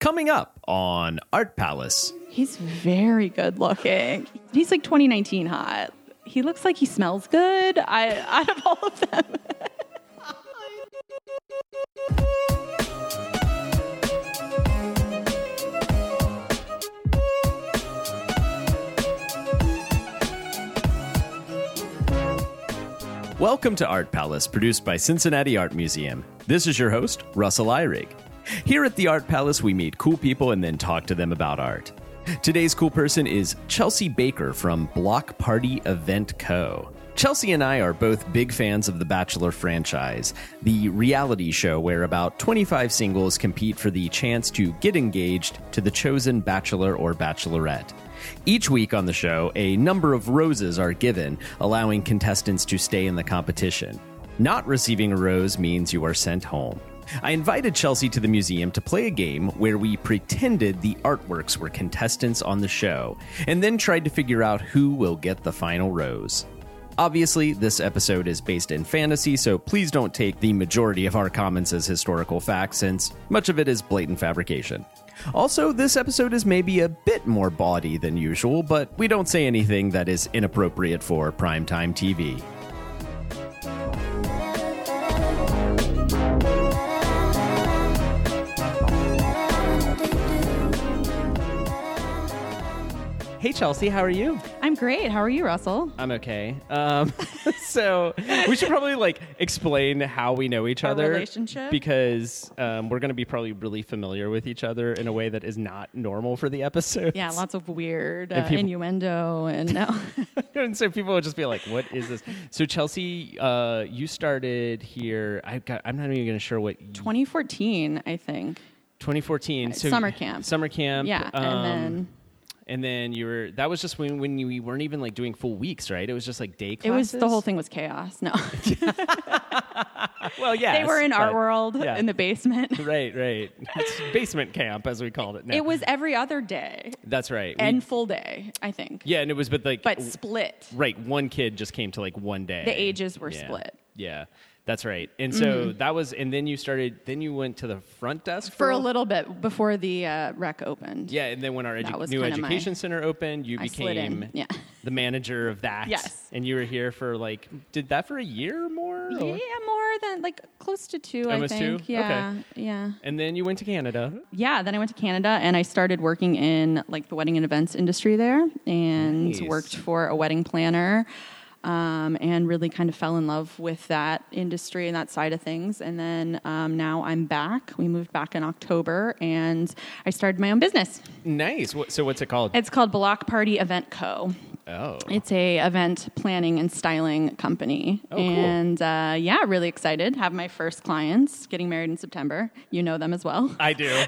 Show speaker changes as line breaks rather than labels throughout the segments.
Coming up on Art Palace.
He's very good looking. He's like 2019 hot. He looks like he smells good. I out of all of them.
Welcome to Art Palace, produced by Cincinnati Art Museum. This is your host, Russell Eyrig. Here at the Art Palace, we meet cool people and then talk to them about art. Today's cool person is Chelsea Baker from Block Party Event Co. Chelsea and I are both big fans of The Bachelor franchise, the reality show where about 25 singles compete for the chance to get engaged to the chosen bachelor or bachelorette. Each week on the show, a number of roses are given, allowing contestants to stay in the competition. Not receiving a rose means you are sent home. I invited Chelsea to the museum to play a game where we pretended the artworks were contestants on the show, and then tried to figure out who will get the final rose. Obviously, this episode is based in fantasy, so please don't take the majority of our comments as historical fact, since much of it is blatant fabrication. Also, this episode is maybe a bit more bawdy than usual, but we don't say anything that is inappropriate for primetime TV. Hey Chelsea, how are you?
I'm great. How are you, Russell?
I'm okay. Um, so we should probably like explain how we know each
Our
other
relationship?
because um, we're going to be probably really familiar with each other in a way that is not normal for the episode.
Yeah, lots of weird uh,
people-
innuendo and no.
and so people would just be like, "What is this?" So Chelsea, uh, you started here. I got, I'm not even gonna sure what
2014, I think.
2014 so
summer camp.
summer camp. um,
Yeah, and then-
and then you were that was just when when you, we weren't even like doing full weeks, right? It was just like day
It was
classes.
the whole thing was chaos. No,
Well, yeah,
they were in art world
yeah.
in the basement.
Right, right. It's basement camp, as we called it. Now.
It was every other day
That's right. We-
and full day, I think,
yeah, and it was but like
but
w-
split.
right, one kid just came to like one day.
The ages were
Yeah.
split. Mm-hmm.
Yeah. That's right. And so that was and then you started then you went to the front desk
for a
while?
little bit before the uh, rec opened.
Yeah, and then when our
That
edu-
was
new
kinda my-
education center opened, you
I slid in,
became
yeah.
the manager of that.
Yes.
And you were here for like did that for a year or more?
Yeah,
or-
more than like close to two, I
Almost two?
think. Yeah, yeah,
And then you went to Canada.
yeah. Then I went to Canada and I started working in like the wedding and events industry there, and
Nice.
worked for a wedding planner, um, and really kind of fell in love with that industry and that side of things. And then um, now I'm back. We moved back in October, and I started my own business.
Nice. What, so what's it called?
It's called Block Party Event Co.
oh.
It's a event planning and styling company,
Oh, cool.
and uh, yeah, really excited. Have my first clients getting married in September. You know them as well.
I do.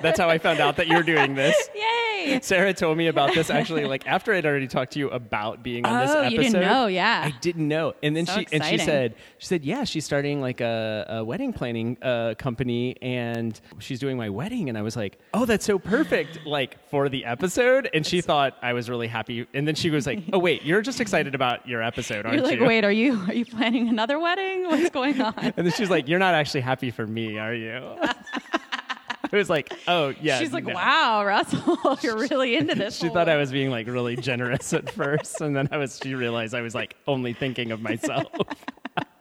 That's how I found out that you're doing this.
Yay!
Sarah told me about this actually, like after I'd already talked to you about being on this
Oh,
episode.
you didn't know, yeah.
I didn't know, and then
So
she and she
exciting.
said she said yeah, she's starting like a, a wedding planning uh, company, and she's doing my wedding, and I was like, oh, that's so perfect, like for the episode, and she thought I was really happy, and then she was like, oh wait, you're just excited about your episode, aren't
You're like,
you?
wait, are you are you planning another wedding? What's going on?
And then she's like, you're not actually happy for me, are you? it was like, oh yeah.
She's like,
no.
wow, Russell, you're really into this.
She
whole
thought I was being like really generous at first, and then I was. She realized I was like only thinking of myself.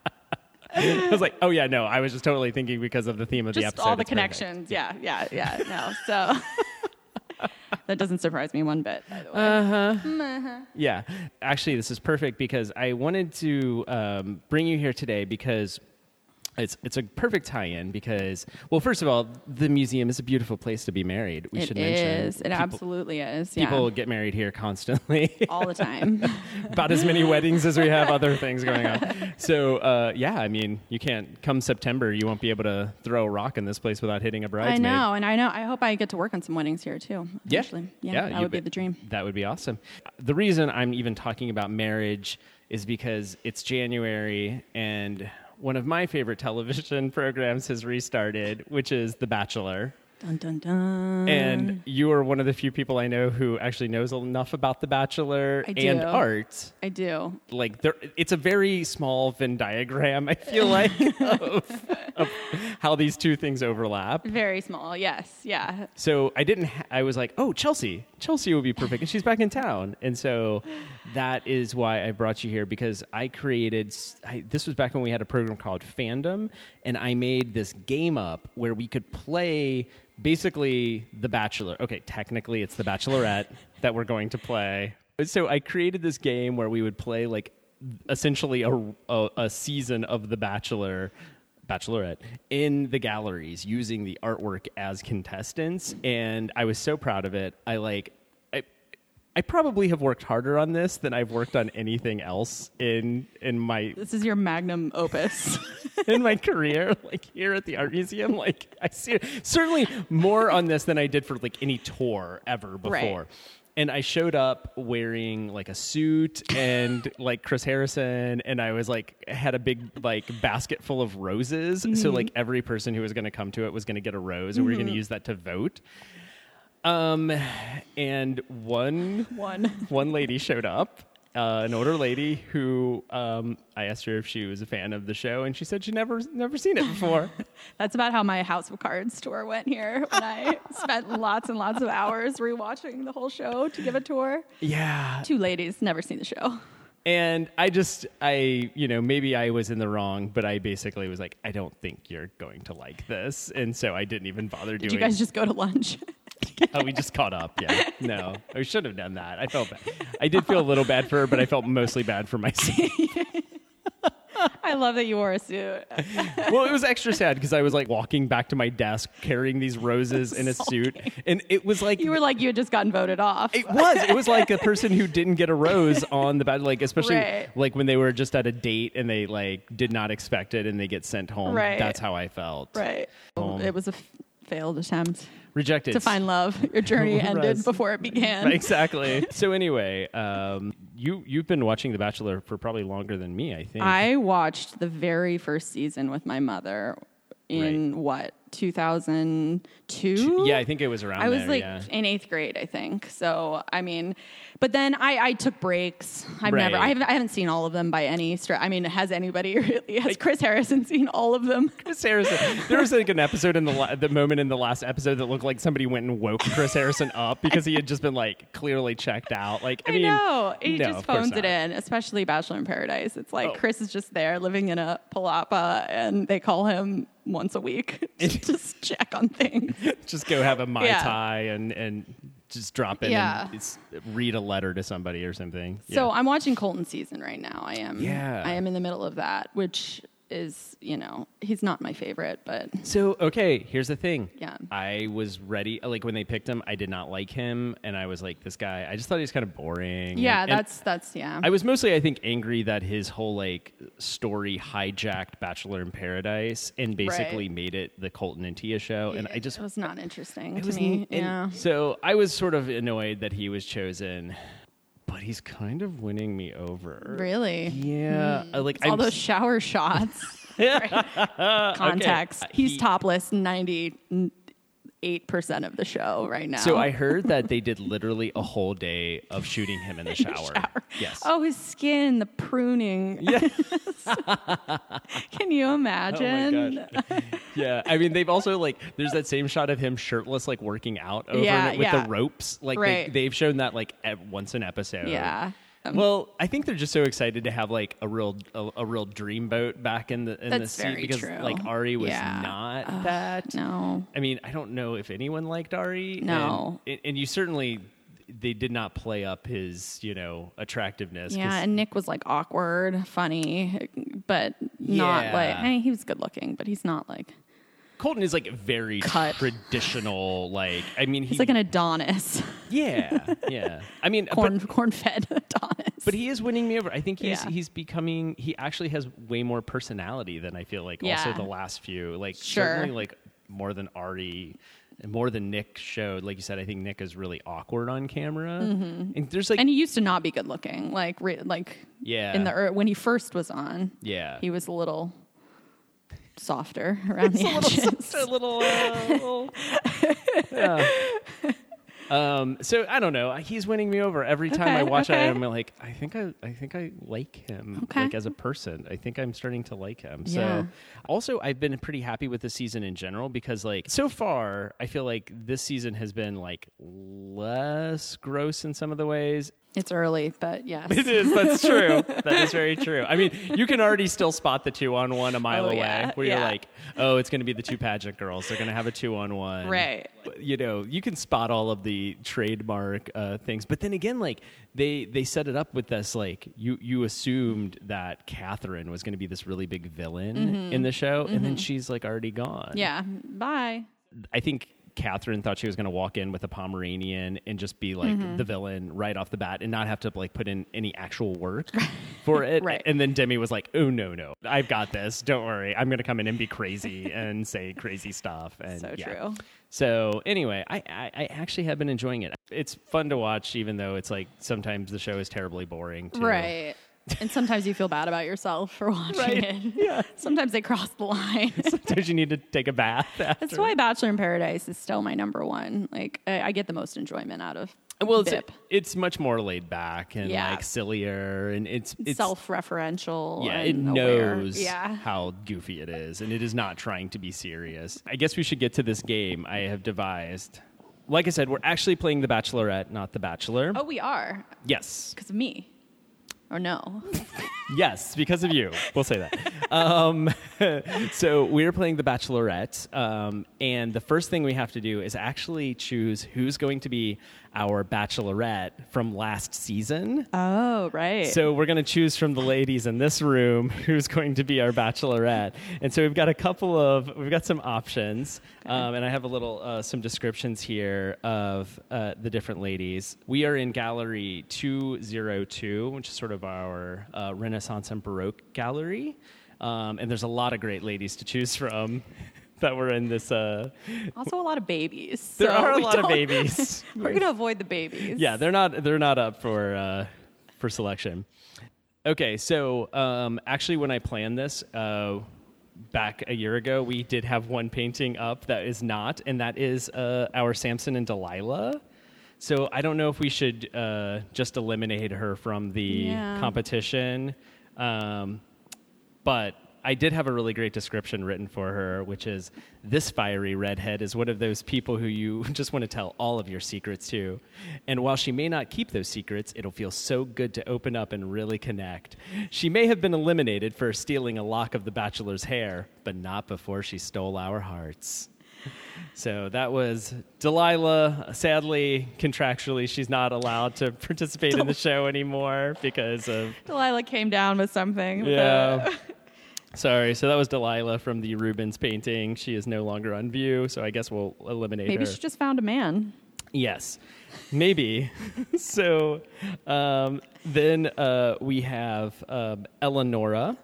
I was like, oh yeah, no, I was just totally thinking because of the theme of the
just
episode.
all the
It's perfect.
connections. Yeah, yeah, yeah. No, so. That doesn't surprise me one bit. By the
Uh,
way.
Yeah, actually, this is perfect because I wanted to um, bring you here today because. It's, it's a perfect tie-in because well first of all the museum is a beautiful place to be married we
It
should mention
is. It
people,
absolutely is. Yeah,
people get married here constantly
all the time.
about as many weddings as we have other things going on. So uh, yeah, I mean, you can't come September, you won't be able to throw a rock in this place without hitting a
I
bridesmaid.
know, and I know. I hope I get to work on some weddings here too.
Yeah,
actually. yeah, that
you
would be
bet.
the dream.
That would be awesome. The reason I'm even talking about marriage is because it's January and one of my favorite television programs has restarted, which is The Bachelor.
Dun dun dun.
And you are one of the few people I know who actually knows enough about The Bachelor
I
and
do.
art.
I do.
Like there, it's a very small Venn diagram. I feel like of, of how these two things overlap.
Very small. Yes. Yeah.
So I didn't. Ha- I was like, oh, Chelsea, Chelsea would be perfect, and she's back in town, and so that is why I brought you here because I created. s I this was back when we had a program called Fandom, and I made this game up where we could play basically The Bachelor. Okay, technically it's The Bachelorette that we're going to play. So I created this game where we would play like essentially a, a, a season of The Bachelor Bachelorette in the galleries using the artwork as contestants, and I was so proud of it. I like, I, I probably have worked harder on this than I've worked on anything else in in my
This is your magnum opus.
in my career, like here at the art museum. Like I see certainly more on this than I did for like any tour ever before.
Right.
And I showed up wearing like a suit and like Chris Harrison, and I was like had a big like basket full of roses. So like every person who was going to come to it was going to get a rose, and we were going to use that to vote. Um, and one
One.
one lady showed up, uh, an older lady who um, I asked her if she was a fan of the show, and she said she never never seen it before.
That's about how my House of Cards tour went here when I spent lots and lots of hours rewatching the whole show to give a tour.
yeah,
Two ladies, never seen the show.
and I just I you know maybe I was in the wrong, but I basically was like I don't think you're going to like this, and so I didn't even bother
Did
doing.
you guys just go to lunch?
oh, we just caught up. Yeah, no, I should have done that. I felt bad. I did feel a little bad for her, but I felt mostly bad for myself.
I love that you wore a suit.
well, it was extra sad because I was like walking back to my desk carrying these roses in a suit, and it was like
You were like you had just gotten voted off.
It was. It was like a person who didn't get a rose on the bad, like especially
Right.
like when they were just at a date and they like did not expect it and they get sent home.
Right.
That's how I felt.
Right.
Um,
it was a f- failed attempt
Rejected.
to find love. Your journey ended
Right.
before it began.
Right, exactly. so anyway, um, you you've been watching The Bachelor for probably longer than me. I think.
I watched the very first season with my mother in what 2002.
yeah, I think it was around.
I was
there,
like
yeah.
in eighth grade, I think. So I mean, but then I, I took breaks. I've never,
Right.
I haven't, I haven't seen all of them by any stretch. I mean, has anybody really? Has Chris Harrison seen all of them?
Chris Harrison. There was like an episode in the la- the moment in the last episode that looked like somebody went and woke Chris Harrison up because he had just been like clearly checked out. Like I,
I,
mean,
know he
no,
just
of course
phones it
not.
in, especially Bachelor in Paradise. It's like
Oh.
Chris is just there living in a palapa, and they call him once a week to just check on things.
just go have a mai
Yeah.
tai and and just drop in
Yeah.
and s- read a letter to somebody or something.
So
yeah.
I'm watching Colton season right now. I am.
Yeah.
I am in the middle of that, which is you know he's not my favorite, but
so okay, here's the thing.
Yeah.
I was ready. Like when they picked him, I did not like him, and I was like, this guy. I just thought he was kind of boring.
yeah,
And- and
that's that's yeah.
I was mostly, I think, angry that his whole like story hijacked Bachelor in Paradise and basically
Right.
made it the Colton and Tia show, and I just
it was not interesting
It
to
was
me.
n- and
yeah.
So I was sort of annoyed that he was chosen, but he's kind of winning me over.
Really?
Yeah. I Like
Hmm. All
I'm
those shower shots. Right. Context.
Uh,
He's
he-
topless 98% of the show right now.
So I heard that they did literally a whole day of shooting him in the shower. Yes.
Oh, his skin, the pruning.
Yeah.
Can you
Oh
imagine?
yeah. I mean, they've also like there's that same shot of him shirtless, like working out over
Yeah,
and- with
yeah.
the ropes. Like
Right.
they, they've shown that like at once an episode.
Yeah. Um,
well, I think they're just so excited to have like a real a, a real dreamboat back in the in the
That's
seat
very
because
true.
like Ari was
Yeah. Uh,
not
Ugh,
that.
No.
I mean, I don't know if anyone liked Ari. and-
No.
and, and you certainly they did not play up his you know attractiveness. 'cause-
Yeah, and Nick was like awkward, funny, but not
Yeah.
like. I mean, he was good looking, but he's not like.
Colton is like very
Cut.
traditional. Like, I mean, he,
He's like an Adonis,
yeah, yeah. I mean,
corn
Uh, but,
corn fed Adonis.
but he is winning me over. I think he's
Yeah.
he's becoming. He actually has way more personality than I feel like. Also,
Yeah.
the last few, like
Sure.
certainly, like more than Ari. and More than Nick showed, like you said, I think Nick is really awkward on camera. And there's like,
Mm-hmm. and he used to not be good looking like re, like
Yeah.
in the er, when he first was on
yeah,
he was a little softer around the
a little
edges.
softer, a little. Uh, little yeah. Um, so I don't know. He's winning me over every time
Okay,
I watch
okay.
it. I'm like, I think I, I think I like him.
Okay.
Like as a person, I think I'm starting to like him.
Yeah.
So also, I've been pretty happy with the season in general because like so far, I feel like this season has been like less gross in some of the ways
It's early, but yes.
it is. That's true. that is very true. I mean, you can already still spot the two on one a mile
Oh,
away,
yeah,
where you're
yeah.
like, oh, it's going to be the two pageant girls. They're going to have a two on one.
Right.
You know, you can spot all of the trademark uh, things, but then again, like they they set it up with this, like you you assumed that Catherine was going to be this really big villain
Mm-hmm.
in the show, and then she's like already gone.
Yeah. Bye.
I think Catherine thought she was going to walk in with a Pomeranian and just be like
Mm-hmm.
the villain right off the bat and not have to like put in any actual work for it.
Right.
And then Demi was like, "Oh no, no, I've got this. Don't worry, I'm going to come in and be crazy and say crazy stuff." And
So
yeah.
true.
So anyway, I, I I actually have been enjoying it. It's fun to watch, even though it's like sometimes the show is terribly boring. Too.
Right. and sometimes you feel bad about yourself for watching
Right.
it.
Yeah.
Sometimes they cross the line.
Sometimes you need to take a bath.
That's
after.
why Bachelor in Paradise is still my number one. Like I, I get the most enjoyment out of.
Well, it's,
Bip.
it's much more laid back and
Yeah.
like sillier, and it's it's
self-referential.
Yeah, it
and aware.
knows
Yeah.
how goofy it is, and it is not trying to be serious. I guess we should get to this game I have devised. Like I said, we're actually playing The Bachelorette, not The Bachelor.
Oh, we are
Yes.
because of me. Or no.
Yes, because of you. We'll say that. Um, so we're playing The Bachelorette, um, and the first thing we have to do is actually choose who's going to be our Bachelorette from last season.
Oh, right.
So we're going to choose from the ladies in this room who's going to be our bachelorette. And so we've got a couple of, we've got some options. Um, and I have a little, uh, some descriptions here of uh, the different ladies. We are in gallery 202, which is sort of our uh, Renaissance and Baroque gallery. Um, and there's a lot of great ladies to choose from that were in this. Uh,
also a lot of babies.
there
so
are a
we
lot of
don't-
babies.
We're gonna avoid the babies.
Yeah, they're not they're not up for uh, for selection. Okay, so um, actually, when I planned this uh, back a year ago, we did have one painting up that is not, and that is uh, our Samson and Delilah. So I don't know if we should uh, just eliminate her from the
Yeah.
competition, um, but. I did have a really great description written for her, which is this fiery redhead is one of those people who you just want to tell all of your secrets to. And while she may not keep those secrets, it'll feel so good to open up and really connect. She may have been eliminated for stealing a lock of the bachelor's hair, but not before she stole our hearts. So that was Delilah. Sadly, contractually, she's not allowed to participate in the show anymore because of
Delilah came down with something.
yeah. Sorry. So that was Delilah from the Rubens painting. She is no longer on view, so I guess we'll eliminate
Maybe
her.
she just found a man.
yes. Maybe. so um, then uh, we have um, Eleonora,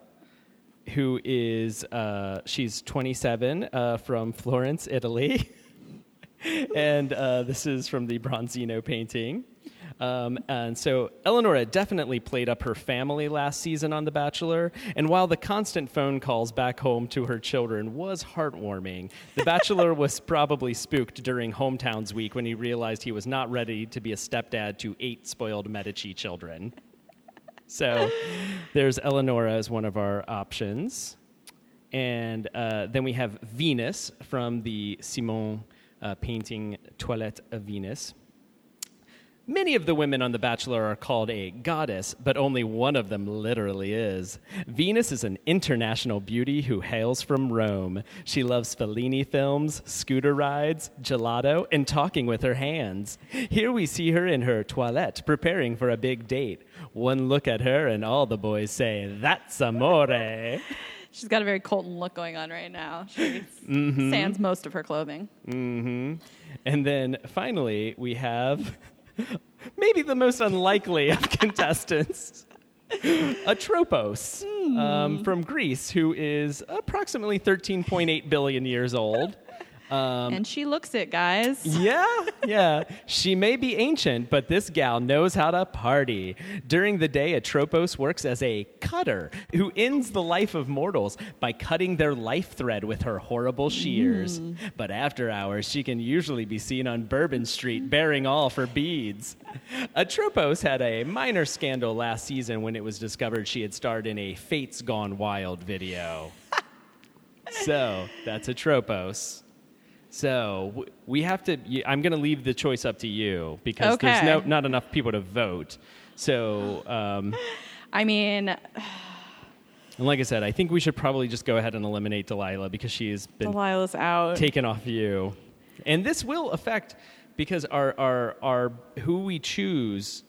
who is uh, she's 27 uh, from Florence, Italy. and uh, this is from the Bronzino painting. Um, and so Eleonora definitely played up her family last season on The Bachelor. And while the constant phone calls back home to her children was heartwarming, The Bachelor was probably spooked during Hometowns Week when he realized he was not ready to be a stepdad to eight spoiled Medici children. So there's Eleonora as one of our options. And uh, then we have Venus from the Simon uh, painting Toilette of Venus. Many of the women on The Bachelor are called a goddess, but only one of them literally is. Venus is an international beauty who hails from Rome. She loves Fellini films, scooter rides, gelato, and talking with her hands. Here we see her in her toilette preparing for a big date. One look at her, and all the boys say, That's amore.
She's got a very Colton look going on right now. She
Mm-hmm.
sands most of her clothing.
And then finally, we have maybe the most unlikely of contestants, Atropos um, from Greece, who is approximately 13.8 billion years old.
and she looks it, guys.
Yeah, yeah. She may be ancient, but this gal knows how to party. During the day, Atropos works as a cutter who ends the life of mortals by cutting their life thread with her horrible shears. But after hours, she can usually be seen on Bourbon Street bearing all for beads. Atropos had a minor scandal last season when it was discovered she had starred in a Fates Gone Wild video. so that's Atropos. So w- we have to. y- I'm going to leave the choice up to you because there's
Okay.
no not enough people to vote. So, um,
I mean,
and like I said, I think we should probably just go ahead and eliminate Delilah because she has been
Delilah's out.
taken off you, and this will affect because our our our who we choose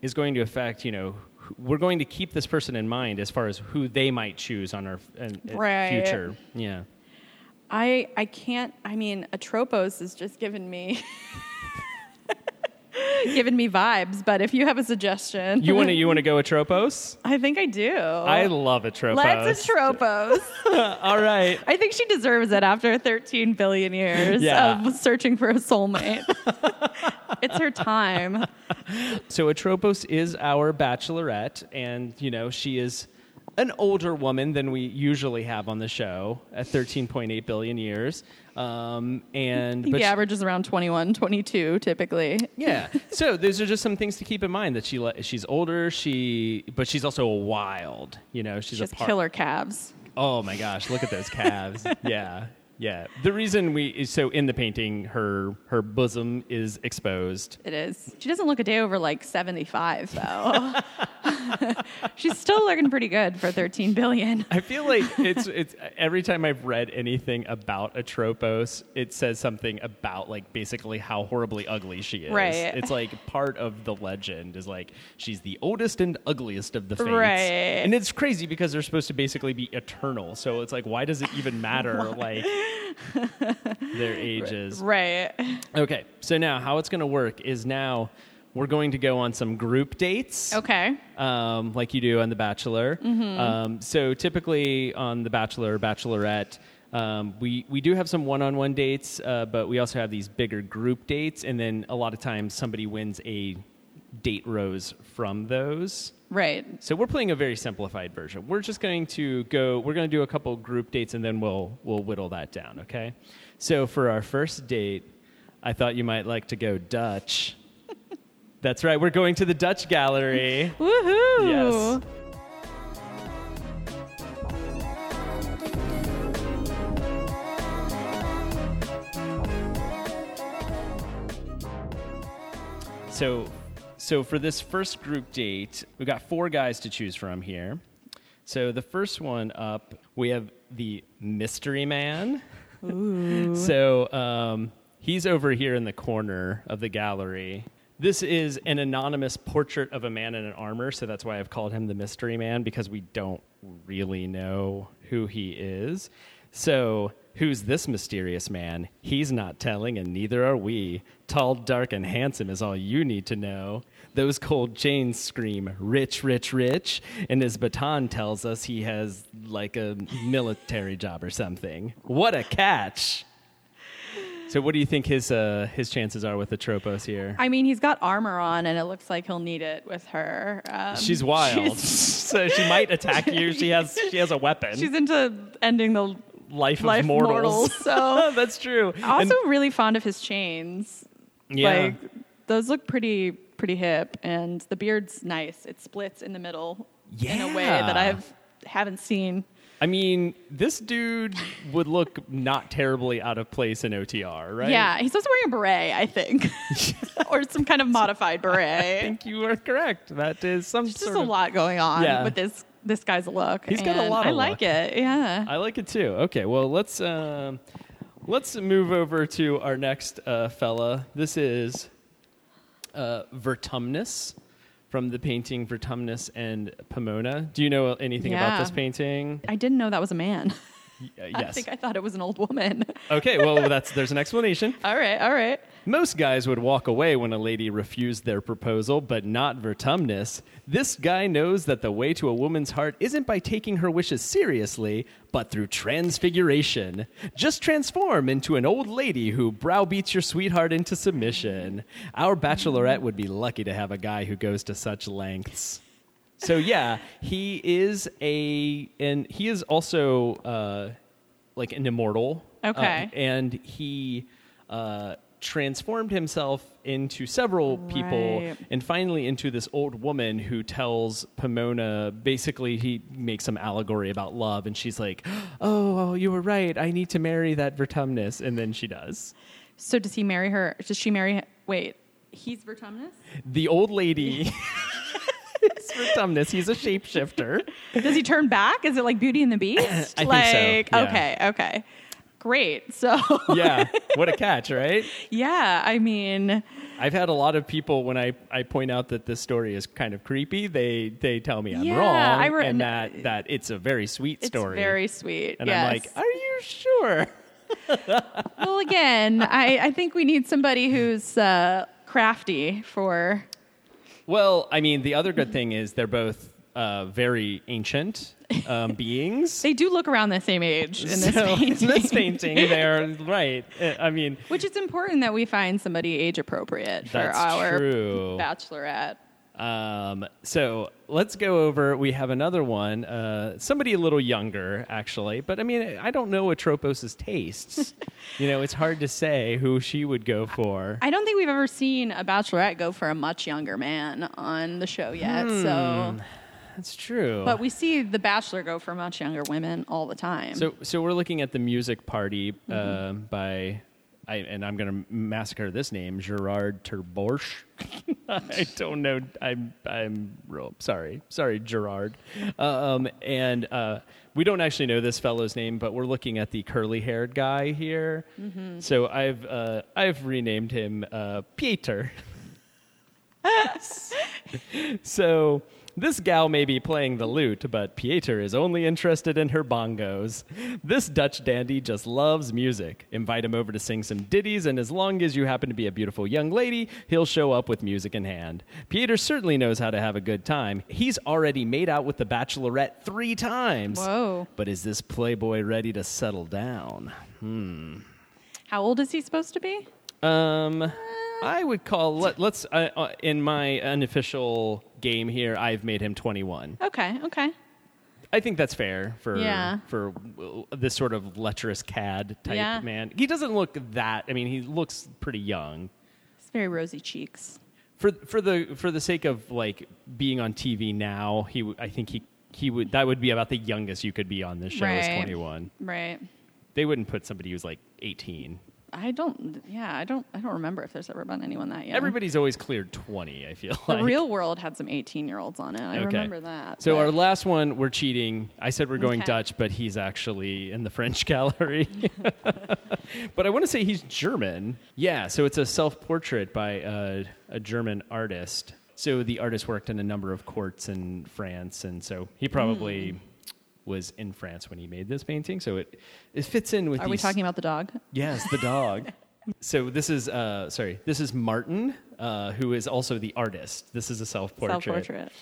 is going to affect. You know, who- we're going to keep this person in mind as far as who they might choose on our f- and- and
Right.
future. Yeah.
I I can't. I mean, Atropos has just given me given me vibes. But if you have a suggestion,
You want to you want to go Atropos?
I think I do.
I love Atropos.
Let's Atropos.
Uh, All right.
I think she deserves it after 13 billion years
Yeah.
of searching for a soulmate. it's her time.
So Atropos is our bachelorette, and you know she is an older woman than we usually have on the show at 13.8 billion years. Um, and
I think
but
the
she-
average is around 21, 22 typically.
yeah, so those are just some things to keep in mind that she le- she's older, she but she's also wild. You know, she's
She has
a par-
killer calves.
Oh my gosh, look at those calves. yeah. Yeah. The reason we is so in the painting her her bosom is exposed.
It is. She doesn't look a day over like 75 though. She's still looking pretty good for 13 billion.
I feel like it's it's every time I've read anything about Atropos, it says something about like basically how horribly ugly she is.
Right.
It's like part of the legend is like she's the oldest and ugliest of the fates.
Right.
And it's crazy because they're supposed to basically be eternal. So it's like why does it even matter like their ages?
Right.
Okay. So now how it's going to work is now we're going to go on some group dates
Okay.
um, like you do on The Bachelor. Um, so typically on The Bachelor or Bachelorette, um, we, we do have some one on one dates, uh, but we also have these bigger group dates. And then a lot of times somebody wins a date rose from those.
Right.
So we're playing a very simplified version. We're just going to go. We're going to do a couple group dates, and then we'll we'll whittle that down. Okay. So for our first date, I thought you might like to go Dutch. That's right. We're going to the Dutch Gallery.
Woohoo.
Yes. So, so for this first group date, we've got four guys to choose from here. So the first one up, we have the mystery man. so um, he's over here in the corner of the gallery. This is an anonymous portrait of a man in an armor, so that's why I've called him the mystery man because we don't really know who he is. So, who's this mysterious man? He's not telling, and neither are we. Tall, dark, and handsome is all you need to know. Those cold chains scream, rich, rich, rich, and his baton tells us he has like a military job or something. What a catch! So, what do you think his uh, his chances are with the Tropos here?
I mean, he's got armor on, and it looks like he'll need it with her. Um,
she's wild,
She's,
so she might attack you. She has she has a weapon.
she's into ending the
life,
life
of
mortals.
mortals.
so
That's true.
also really fond of his chains.
And- yeah.
Like those look pretty pretty hip, and the beard's nice. It splits in the middle in a way
Yeah.
that I've haven't seen.
I mean, this dude would look not terribly out of place in OTR, right?
Yeah, he's also wearing a beret, I think, or some kind of modified
I
beret.
think you are correct. That is some
There's
sort
just a
of-
lot going on
Yeah.
with this this guy's look.
He's got a
and
lot
I
of
like
look.
it. Yeah.
I like it too. Okay, well let's um, let's move over to our next uh, fella. This is uh, Vertumnus from the painting Vertumnus and Pomona. Do you know anything about
Yeah.
this painting?
I didn't know that was a man.
Y- uh,
I
yes.
think I thought it was an old woman.
okay. Well, that's there's an explanation.
all right, all right.
Most guys would walk away when a lady refused their proposal, but not Vertumnus. This guy knows that the way to a woman's heart isn't by taking her wishes seriously, but through transfiguration. Just transform into an old lady who browbeats your sweetheart into submission. Our bachelorette would be lucky to have a guy who goes to such lengths. So yeah, he is a and he is also uh, like an immortal.
Okay.
Uh, and he uh, transformed himself into several people
Right.
and finally into this old woman who tells Pomona basically he makes some allegory about love and she's like, "Oh, well, you were right. I need to marry that Vertumnus." And then she does.
So does he marry her? Does she marry? h- Wait, he's Vertumnus.
The old lady is Vertumnus. He's a shapeshifter.
Does he turn back? Is it like Beauty and the Beast?
I think so,
like
yeah.
okay, okay, great. So
yeah, what a catch, right?
yeah, I mean,
I've had a lot of people when I, I point out that this story is kind of creepy, they they tell me I'm
Yeah,
wrong
I re-
and that, that it's a very sweet
it's
story.
very sweet.
and
yes.
I'm like, are you sure?
well, again, I, I think we need somebody who's uh, crafty for.
Well, I mean, the other good thing is they're both uh, very ancient um, beings.
They do look around the same age in this
So,
painting.
this painting, they're right. Uh, I mean,
Which it's important that we find somebody age appropriate for
That's
our
true.
bachelorette.
Um, so let's go over. We have another one. Uh, somebody a little younger, actually. But I mean, I don't know Atropos' tastes. you know, it's hard to say who she would go for.
I don't think we've ever seen a bachelorette go for a much younger man on the show yet.
Hmm.
So,
That's true.
but we see the bachelor go for much younger women all the time.
so, so we're looking at the music party uh, by, I, and I'm going to massacre this name, Gerard Terborch. I don't know. I'm, I'm real sorry. Sorry, Gerard. Um, and uh, we don't actually know this fellow's name, but we're looking at the curly-haired guy here. So I've, uh, I've renamed him uh, Peter. So this gal may be playing the lute, but Pieter is only interested in her bongos. This Dutch dandy just loves music. Invite him over to sing some ditties, and as long as you happen to be a beautiful young lady, he'll show up with music in hand. Pieter certainly knows how to have a good time. He's already made out with the bachelorette three times.
Whoa.
But is this playboy ready to settle down?
How old is he supposed to be?
Um, I would call. Let, let's uh, uh, in my unofficial game here. I've made him twenty-one.
Okay, okay.
I think that's fair for
Yeah.
for uh, this sort of lecherous cad type
Yeah.
man. He doesn't look that. I mean, he looks pretty young.
He's very rosy cheeks.
For for the for the sake of like being on TV now, he w- I think he he would that would be about the youngest you could be on this show is
Right.
21.
Right.
They wouldn't put somebody who's like 18.
I don't. Yeah, I don't. I don't remember if there's ever been anyone that young.
Everybody's always cleared 20, I feel
the
like.
real world had some 18 year olds on it. I remember that.
So
but-
our last one, we're cheating. I said we're going
Okay.
Dutch, but he's actually in the French gallery. but I want to say he's German. Yeah. So it's a self-portrait by uh, a German artist. So the artist worked in a number of courts in France, and so he probably
Hmm.
was in France when he made this painting. So it it fits in with.
are we
these-
talking about the dog?
Yes, the dog. so this is uh, sorry. This is Martin, uh, who is also the artist. This is a self-portrait.
Self portrait.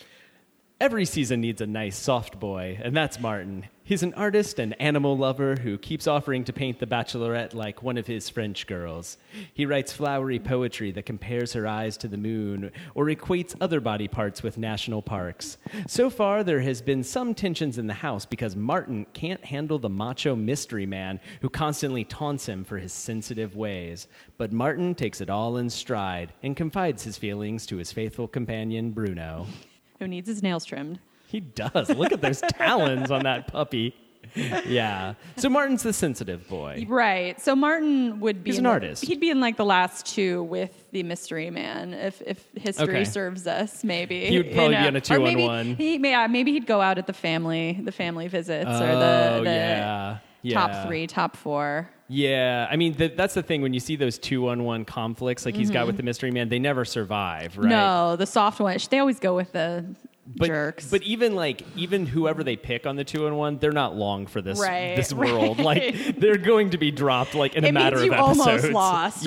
Every season needs a nice soft boy, and that's Martin. He's an artist and animal lover who keeps offering to paint the bachelorette like one of his French girls. He writes flowery poetry that compares her eyes to the moon or equates other body parts with national parks. So far, there has been some tensions in the house because Martin can't handle the macho mystery man who constantly taunts him for his sensitive ways. But Martin takes it all in stride and confides his feelings to his faithful companion, Bruno.
Who needs his nails trimmed?
He does. Look at those talons on that puppy. Yeah. So Martin's the sensitive boy.
Right. So Martin would be
He's
in
an
the-
artist.
he'd be in like the last two with the mystery man, if if history
Okay.
serves us. Maybe
He would probably be on a
Or maybe
two-on-one.
He, yeah, maybe he'd go out at the family the family visits or
Oh,
the, the
yeah. Yeah.
top three, top four.
Yeah. I mean, th- that's the thing when you see those two on one
Mm-hmm.
conflicts like he's got with the mystery man, they never survive, right?
No, the soft one. They always go with the
but,
Jerks.
But even like even whoever they pick on the two and one, they're not long for this
Right,
this
right.
world. Like they're going to be dropped like in a
it
matter
means you
of episodes.
almost lost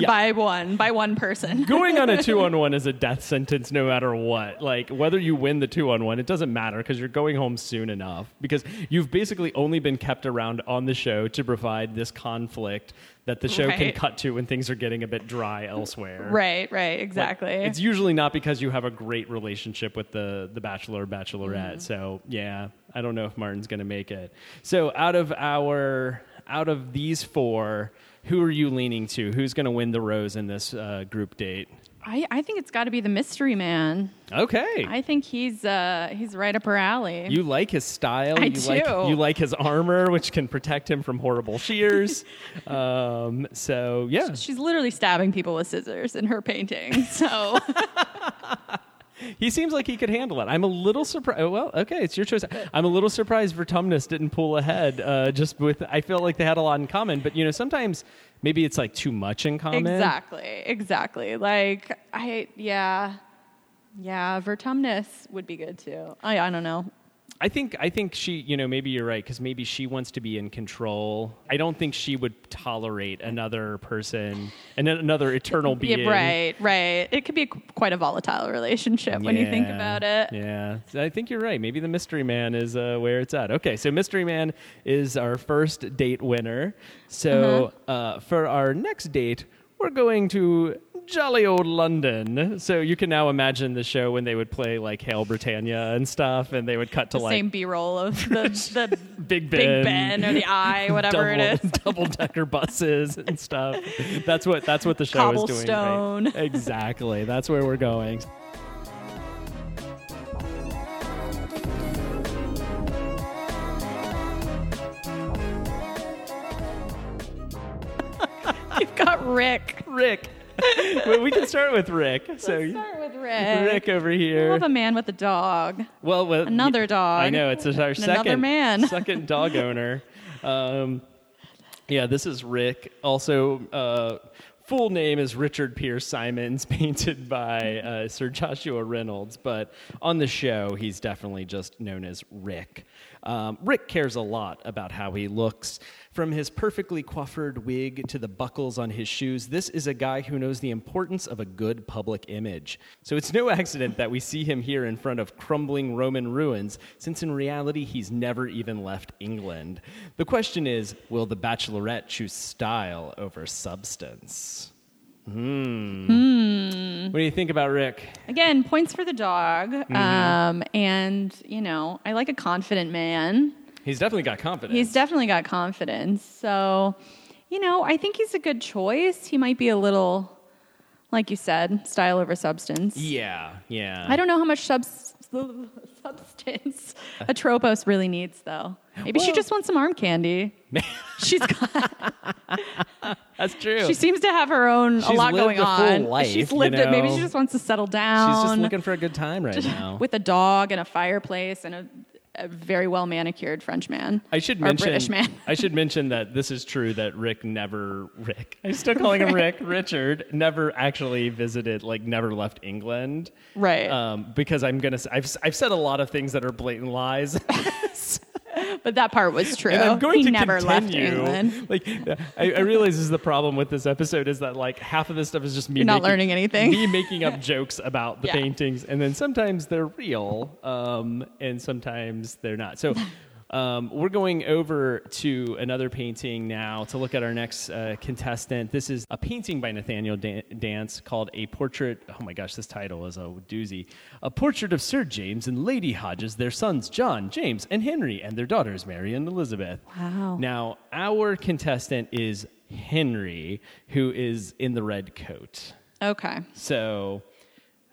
Yeah.
by one by one person.
Going on a two on one is a death sentence no matter what. Like whether you win the two on one, it doesn't matter because you're going home soon enough because you've basically only been kept around on the show to provide this conflict that the show can
Right.
cut to when things are getting a bit dry elsewhere.
Right, right,
Like,
exactly.
it's usually not because you have a great relationship with the the bachelor or bachelorette.
Mm.
So yeah, I don't know if Martin's gonna make it. So out of our out of these four, who are you leaning to? Who's gonna win the rose in this uh, group date?
I, I think it's got to be the mystery man.
Okay.
I think he's uh, he's right up her alley.
you like his style.
I
you like
do.
you like his armor, which can protect him from horrible shears. um, so yeah,
She's literally stabbing people with scissors in her painting. So
He seems like he could handle it. I'm a little surprised. Well, okay, it's your choice. I'm a little surprised Vertumnus didn't pull ahead. Uh, just with, I feel like they had a lot in common. But you know, sometimes maybe it's like too much in common.
exactly, exactly. Like I yeah. Yeah, Vertumnus would be good too. I I don't know.
I think I think she, you know, maybe you're right because maybe she wants to be in control. I don't think she would tolerate another person and another eternal being.
Yeah, right, right. It could be qu- quite a volatile relationship when you think
Yeah,
about it.
Yeah, So I think you're right. Maybe the Mystery Man is uh, where it's at. Okay, so Mystery Man is our first date winner. So
Uh-huh.
uh for our next date, we're going to jolly old London. So you can now imagine the show when they would play like Hail Britannia and stuff, and they would cut to
The
like
same B-roll of the the
Big Ben.
Big Ben or the Eye, whatever it is.
double decker buses and stuff. That's what that's what the show is doing. right?
Cobblestone.
Exactly. That's where we're going.
You've got Rick.
Rick. well, we can start with Rick. So
Start with
Rick over here.
I love a man with a dog.
well, well,
Another dog.
I know it's our
another
second
man.
second dog owner. Um, yeah, this is Rick. Also, uh, full name is Richard Pierce Simons, painted by uh, Sir Joshua Reynolds. But on the show, he's definitely just known as Rick. Um, Rick cares a lot about how he looks. From his perfectly coiffured wig to the buckles on his shoes, this is a guy who knows the importance of a good public image. So it's no accident that we see him here in front of crumbling Roman ruins, since in reality, he's never even left England. The question is will the bachelorette choose style over substance? Hmm. What do you think about Rick?
Again, points for the dog.
Mm-hmm.
Um, and, you know, I like a confident man.
He's definitely got confidence.
He's definitely got confidence. So, you know, I think he's a good choice. He might be a little, like you said, style over substance.
yeah, yeah.
I don't know how much subs- substance Atropos really needs, though. Maybe she
Well-
just wants some arm candy. She's got,
That's true.
she seems to have her own a
She's
lot
lived
going
a full
on.
life,
she's
you
lived it. Maybe
know?
she just wants to settle down.
She's just looking for a good time right now.
with a dog and a fireplace and a, a very well manicured French man.
I should
or
mention
British man.
I should mention that this is true that Rick never Rick. I'm still calling him Rick. Richard never actually visited, like never left England,
Right.
Um, because I'm gonna. s- I've s- I've said a lot of things that are blatant lies, and
but that part was true.
I'm going
he
to
never
continue.
left England.
Like I, I realize this is the problem with this episode is that like half of this stuff is just me
You're not
making-
learning anything.
me making up jokes about the
Yeah.
paintings, and then sometimes they're real, um, and sometimes they're not. So. Um, we're going over to another painting now to look at our next uh, contestant. This is a painting by Nathaniel Dan- Dance called A Portrait. Oh my gosh, this title is a doozy. A Portrait of Sir James and Lady Hodges, their sons John, James, and Henry, and their daughters Mary and Elizabeth.
Wow.
Now, our contestant is Henry, who is in the red coat.
Okay.
So,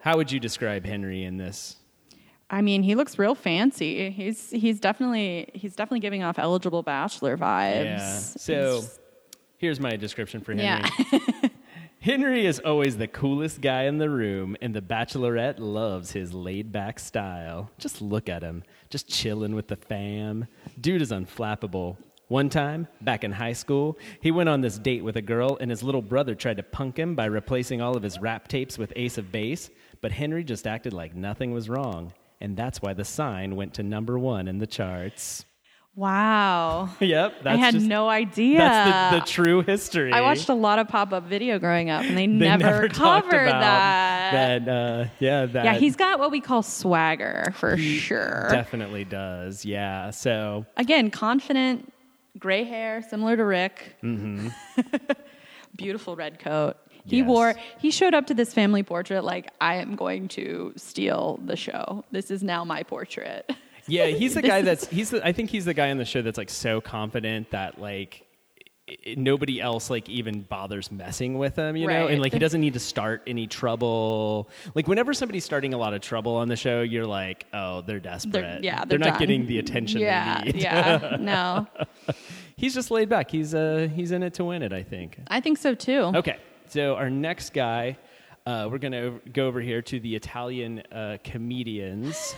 how would you describe Henry in this?
I mean, he looks real fancy. He's he's definitely he's definitely giving off eligible bachelor vibes.
Yeah. So, here's my description for Henry.
Yeah.
Henry is always the coolest guy in the room, and the bachelorette loves his laid back style. Just look at him, just chilling with the fam. Dude is unflappable. One time, back in high school, he went on this date with a girl, and his little brother tried to punk him by replacing all of his rap tapes with Ace of Base, but Henry just acted like nothing was wrong. and that's why the sign went to number one in the charts.
Wow.
yep,
I
that's
had
just,
no idea.
That's the, the true history.
I watched a lot of pop up video growing up, and
They
they, never,
talked
covered
about
that.
That uh, yeah, that
Yeah, he's got what we call swagger for sure.
definitely does. Yeah, so
Again, confident, gray hair, similar to Rick. Mm-hmm. Beautiful red coat. He
Yes.
wore. He showed up to this family portrait like I am going to steal the show. This is now my portrait.
Yeah, he's the
This
guy
is-
that's he's the, I think he's the guy on the show that's like so confident that like i- i- nobody else like even bothers messing with him, you know?
Right.
And like he doesn't need to start any trouble. Like whenever somebody's starting a lot of trouble on the show, you're like, "Oh, they're desperate.
They're, yeah, they're,
not
done.
getting the attention
Yeah,
they need."
yeah. No,
He's just laid back. He's uh he's in it to win it, I think.
I think so too.
Okay, so our next guy, uh, we're gonna ov- go over here to the Italian uh, comedians.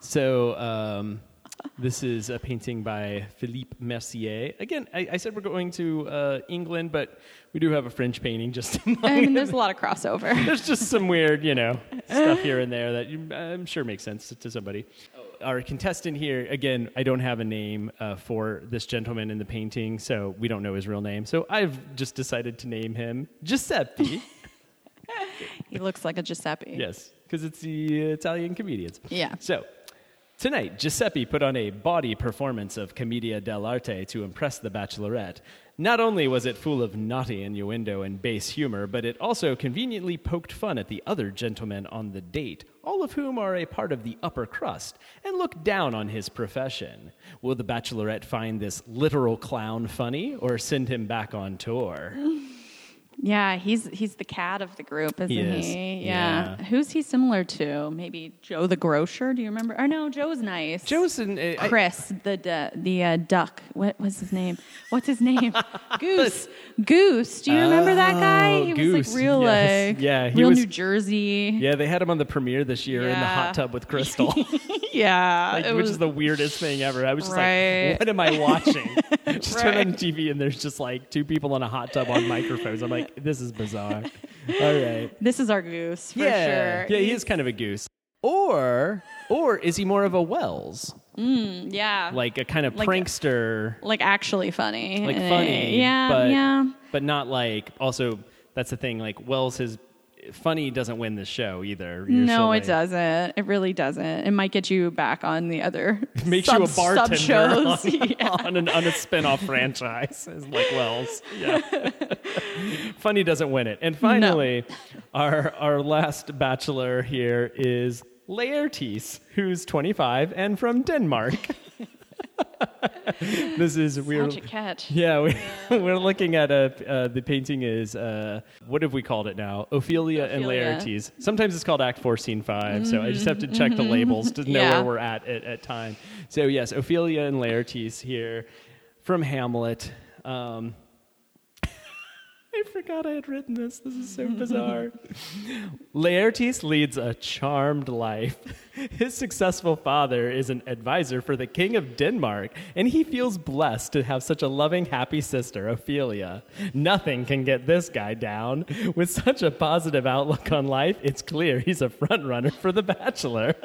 so um, this is a painting by Philippe Mercier. Again, I, I said we're going to uh, England, but we do have a French painting just in
I
mind.
mean, there's a lot of crossover.
There's just some weird, you know, stuff here and there that you, I'm sure makes sense to somebody. Our contestant here, again, I don't have a name uh, for this gentleman in the painting, so we don't know his real name. So I've just decided to name him Giuseppe.
He looks like a Giuseppe.
yes, because it's the Italian comedians.
Yeah.
So tonight, Giuseppe put on a body performance of Commedia dell'arte to impress the bachelorette. Not only was it full of naughty innuendo and base humor, but it also conveniently poked fun at the other gentlemen on the date, all of whom are a part of the upper crust and look down on his profession. Will the bachelorette find this literal clown funny or send him back on tour?
Yeah, he's he's the cat of the group, isn't
He
he?
is,
Yeah.
yeah.
Who's he similar to? Maybe Joe the grocer. Do you remember? Or no, Joe's nice.
Joe's an, uh, I-
Chris the du- the uh, duck. What was his name? What's his name? Goose. Goose. Do you remember that guy?
Oh,
He was
Goose,
like real
yes.
like
Yeah, he
real
was-
New Jersey.
yeah, they had him on the premiere this year in the
Yeah.
hot tub with Crystal.
Yeah.
Like,
it
which
was,
is the weirdest thing ever. I was just
Right.
like, what am I watching? just turn on
Right.
TV and there's just like two people on a hot tub on microphones. I'm like, this is bizarre. All right.
this is our goose for
yeah.
sure.
Yeah, he is kind of a goose. Or or is he more of a Wells?
Mm, Yeah. Like,
Like a kind of
Like-
prankster,
actually funny.
like
Eh,
funny.
Yeah.
but,
yeah.
But not like also that's the thing, like Wells has funny doesn't win the show either.
No,
usually.
it doesn't. It really doesn't. It might get you back on the other
Makes
sub,
you a bartender
sub-shows.
on,
Yeah.
on, an, on a spin-off franchise is like Wells. Yeah. Funny doesn't win it. And finally, our our last bachelor here is Laertes, who's 25 and from Denmark. this is we're
Such a catch.
yeah, we, we're looking at a uh, the painting is uh, what have we called it now? Ophelia, and
Ophelia.
Laertes. Sometimes it's called Act Four, Scene 5 So I just have to check the labels to know
Mm-hmm. Yeah.
where we're at, at at time. So yes, Ophelia and Laertes here from Hamlet. Um, I forgot I had written this. This is so bizarre. Laertes leads a charmed life. His successful father is an advisor for the King of Denmark, and he feels blessed to have such a loving, happy sister, Ophelia. Nothing can get this guy down. With such a positive outlook on life, it's clear he's a frontrunner for The Bachelor.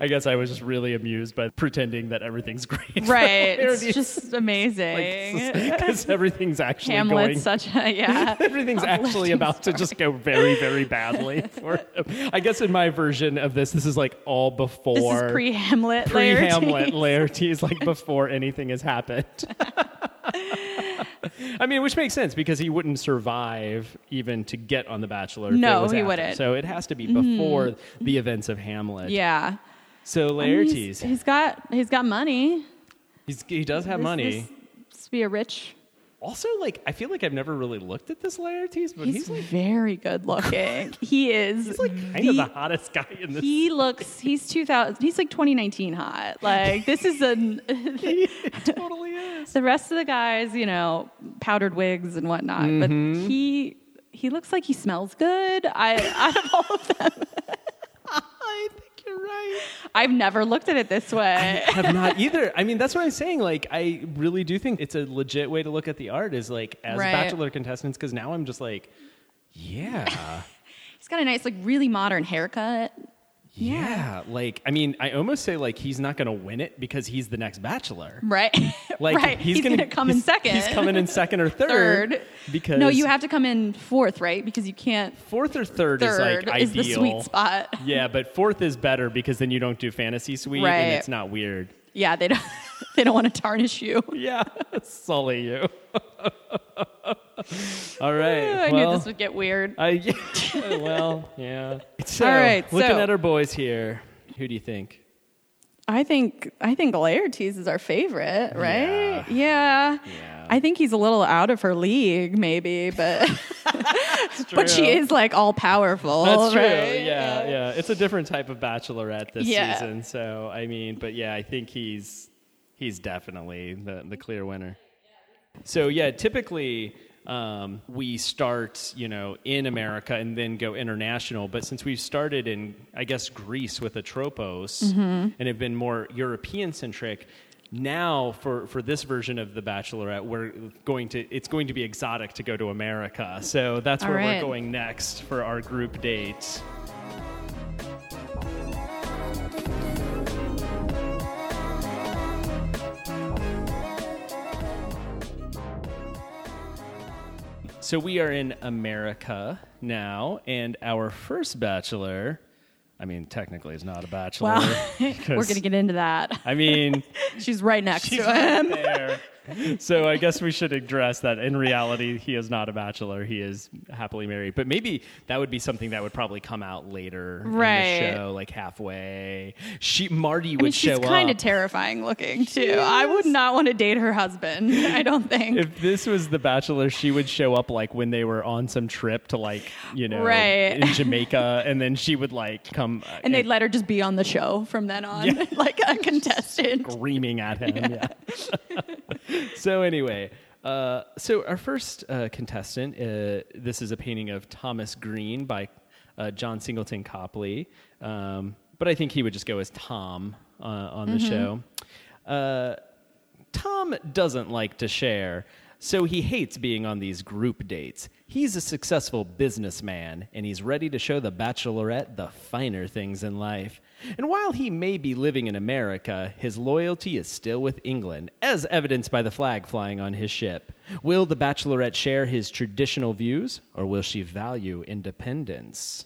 I guess I was just really amused by pretending that everything's great. for
Right. It's
Laertes.
just amazing.
Because everything's actually
Hamlet's
going.
such a yeah.
Everything's actually about to just go very, very badly. For him. I guess in my version of this, this is like all before
This is pre-Hamlet.
pre-Hamlet Laertes,
Laertes.
like before anything has happened. I mean, which makes sense because he wouldn't survive even to get on The Bachelor. if it
No,
was
he
after.
wouldn't. Mm-hmm.
So it has to be before the events of Hamlet.
Yeah.
So
I mean,
Laertes,
he's- he's got he's got money.
he's, he does have
This-
money.
This, to be a rich.
Also, like, I feel like I've never really looked at this Laertes, but
He's,
he's, like,
very good looking. he is.
he's like kind of the hottest guy in this.
he looks. He's two thousand. He's like twenty nineteen hot. Like this is a
He totally is.
the rest of the guys, you know, powdered wigs and whatnot,
Mm-hmm.
but he he looks like he smells good. I out of all of them,
I think you're right.
I've never looked at it this way.
I have not either. I mean, that's what I'm saying. Like, I really do think it's a legit way to look at the art is like as
Right.
bachelor contestants, because now I'm just like, yeah,
He's got a nice, like, really modern haircut.
Yeah. Like, I mean, I almost say like he's not going to win it because he's the next bachelor.
Right.
Like
right.
he's,
going to come in
he's-
second.
He's coming in second or third,
third.
because
No, you have to come in fourth, right? Because you can't.
fourth or third,
Third
is like
is the
ideal.
sweet spot.
Yeah, but fourth is better because then you don't do fantasy suite and
Right.
it's not weird.
Yeah, they don't. They don't want to tarnish you.
Yeah, sully you. All right.
I
well,
knew this would get weird.
I, Oh, well, yeah. So,
All right,
Looking
so-
at our boys here, who do you think?
I think I think Laertes is our favorite, right?
Yeah.
Yeah.
Yeah.
I think he's a little out of her league, maybe, but but she is like all powerful.
That's true.
right?
Yeah, yeah, It's a different type of bachelorette this
Yeah.
season. So I mean, but yeah, I think he's he's definitely the the clear winner. So yeah, typically um, we start you know in America and then go international. But since we've started in I guess Greece with Atropos
Mm-hmm.
and have been more European centric. Now, for, for this version of The Bachelorette, we're going to it's going to be exotic to go to America. So that's
All
where we're
right.
going next for our group date. So we are in America now, and our first bachelor. I mean, technically, is not a bachelor.
Wow. We're
because-
gonna get into that.
I mean,
She's right next
she's
to him.
right there. So I guess we should address that. In reality, he is not a bachelor. He is happily married. But maybe that would be something that would probably come out later in
Right.
the show, like halfway. She Marty would
I mean,
show
she's
up.
kind of terrifying looking too. I would not want to date her husband. I don't think.
if this was the bachelor she would show up like when they were on some trip to like you know
Right.
in jamaica and then she would like come uh,
and they'd let her just be on the show from then on,
Yeah.
like a contestant.
screaming at him yeah, so anyway uh, so our first uh, contestant uh, this is a painting of thomas green by uh, john singleton copley um, but i think he would just go as tom uh, on the show uh, Tom doesn't like to share, so he hates being on these group dates. He's a successful businessman, and he's ready to show the bachelorette the finer things in life. And while he may be living in America, his loyalty is still with England, as evidenced by the flag flying on his ship. Will the bachelorette share his traditional views, or will she value independence?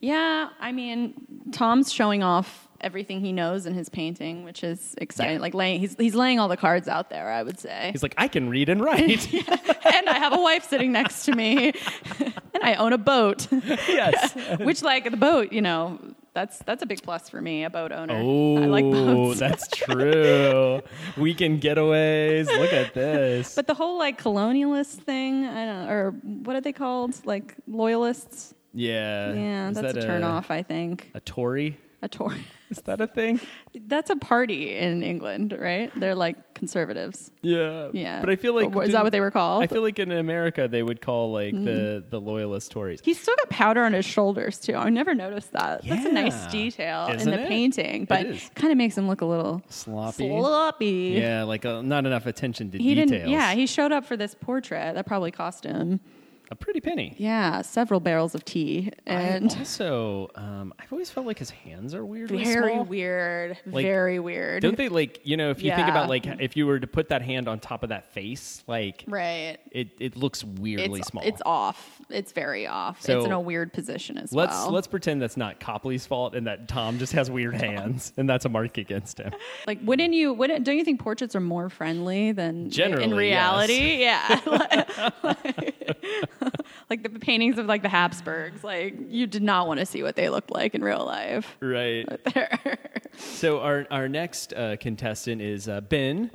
Yeah, I mean, Tom's showing off everything he knows in his painting, which is exciting.
Yeah.
Like laying, he's he's laying all the cards out there. I would say,
He's like, I can read and write.
and I have a wife sitting next to me, and I own a boat,
yes.
which like the boat, you know, that's that's a big plus for me, a boat owner.
Oh,
I like boats.
that's true. Weekend getaways. Look at this.
But the whole like colonialist thing, I don't, or what are they called? Like loyalists?
yeah.
Yeah,
Is
that's
that
a turn off. I think
A Tory?
a Tory.
Is that a thing?
That's a party in England, right? They're like conservatives.
Yeah.
Yeah.
But I feel like
Or what- is that what they were called? Mm-hmm.
I feel like in America they would call like the the loyalist Tories.
He's still got powder on his shoulders too. I never noticed that. That's a nice
Yeah.
detail
Isn't
in the
it?
painting,
It
but
is.
kind of makes him look a little
Sloppy.
sloppy.
Yeah, like uh, not enough attention to
He
details.
didn't. Yeah, he showed up for this portrait that probably cost him.
a pretty penny.
Yeah, several barrels of tea and
I also, um, I've always felt like his hands are weirdly
very
small.
weird,
Like,
very weird.
Don't they like you know if you think
Yeah.
about like if you were to put that hand on top of that face like
right.
it, it looks weirdly
It's,
small.
it's off. It's very off.
So,
it's in a weird position as
Let's
well.
let's pretend that's not Copley's fault and that Tom just has weird hands and that's a mark against him.
Like, wouldn't you? Wouldn't don't you think portraits are more friendly than
Generally,
in reality? Yeah, like the paintings of like the Habsburgs. Like, you did not want to see what they looked like in real life.
Right.
There.
So our our next uh, contestant is uh, Ben.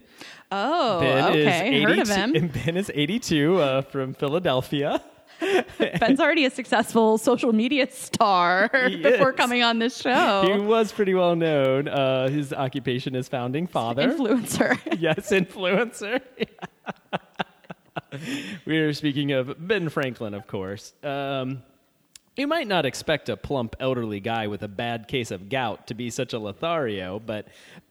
Oh,
Ben
okay,
is
heard of
82
him.
and Ben is 82 uh, from Philadelphia.
Ben's already a successful social media star
He
before
is.
coming on this
He
show.
was pretty well known. Uh, his occupation is founding father.
Influencer.
yes, influencer. we are speaking of Ben Franklin, of course. Um, you might not expect a plump elderly guy with a bad case of gout to be such a Lothario, but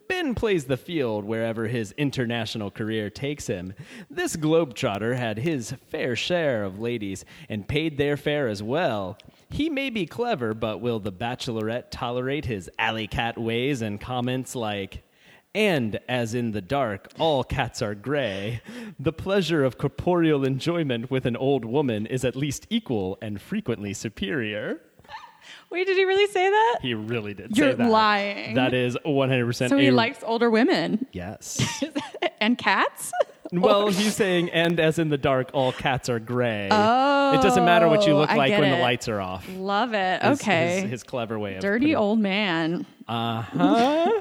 Ben plays the field wherever his international career takes him. This globetrotter had his fair share of ladies and paid their fare as well. He may be clever, but will the bachelorette tolerate his alley cat ways and comments like, and as in the dark, all cats are gray, the pleasure of corporeal enjoyment with an old woman is at least equal and frequently superior.
Wait, did he really say that?
He really did
You're
say that.
lying.
That is 100%
So he
a-
likes Oh. older women
Yes.
and cats.
well, he's saying, and as in the dark, all cats are gray. it doesn't matter what you
Oh,
look
I
like
get
when the
it.
lights are off.
Love it.
His-
okay.
His, his clever way of
Dirty
putting-
old man.
Uh-huh.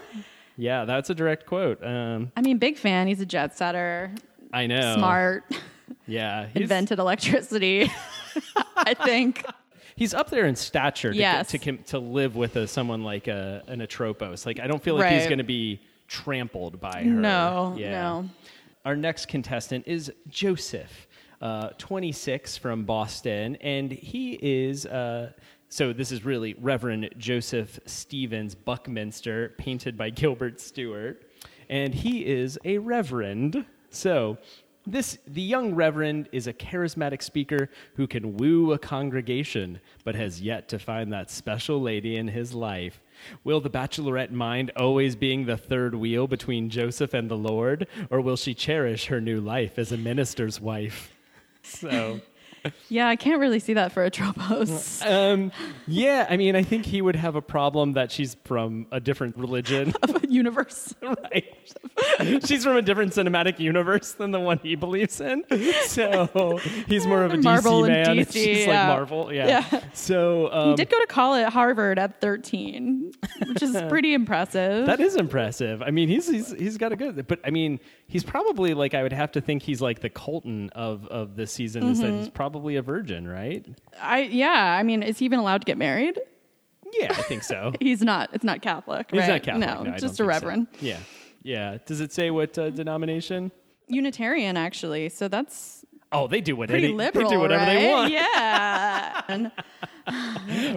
yeah, that's a direct quote. Um,
I mean, big fan. He's a jet setter,
I know.
smart,
Yeah. Oh. He's,
invented electricity. I think.
He's up there in stature to,
Yes.
to, com- to live with a, someone like a, an Atropos. Like, I don't feel like he's
Right.
going to be trampled by her.
No, no.
Our next contestant is Joseph, uh, 26 from Boston, and he is. Uh, so this is really Reverend Joseph Stevens Buckminster, painted by Gilbert Stewart, and he is a reverend. So. This the young reverend is a charismatic speaker who can woo a congregation, but has yet to find that special lady in his life. Will the bachelorette mind always being the third wheel between Joseph and the Lord, or will she cherish her new life as a minister's wife? So,
Yeah, I can't really see that for Atropos.
um, yeah, I mean, I think he would have a problem that she's from a different religion,
Universe.
Um, right? she's from a different cinematic universe than the one he believes in. So he's more of a DC
Marvel and
man.
DC,
she's
yeah.
like Marvel, yeah.
Yeah.
So um,
he did go to college at Harvard at 13, which is pretty impressive.
That is impressive. I mean, he's he's he's got a good, but I mean, he's probably like I would have to think he's like the Colton of of this season. Is that he's
Mm-hmm.
probably a virgin, right?
I yeah. I mean, is he even allowed to get married?
Yeah, I think so.
He's not. It's not Catholic.
He's not
right?
Catholic.
No,
I don't
just
think so.
a reverend.
Yeah, yeah. Does it say what uh, denomination?
Unitarian, actually. So that's
Oh, they do what
pretty
any-
liberal,
They do whatever
right?
they want.
Yeah. and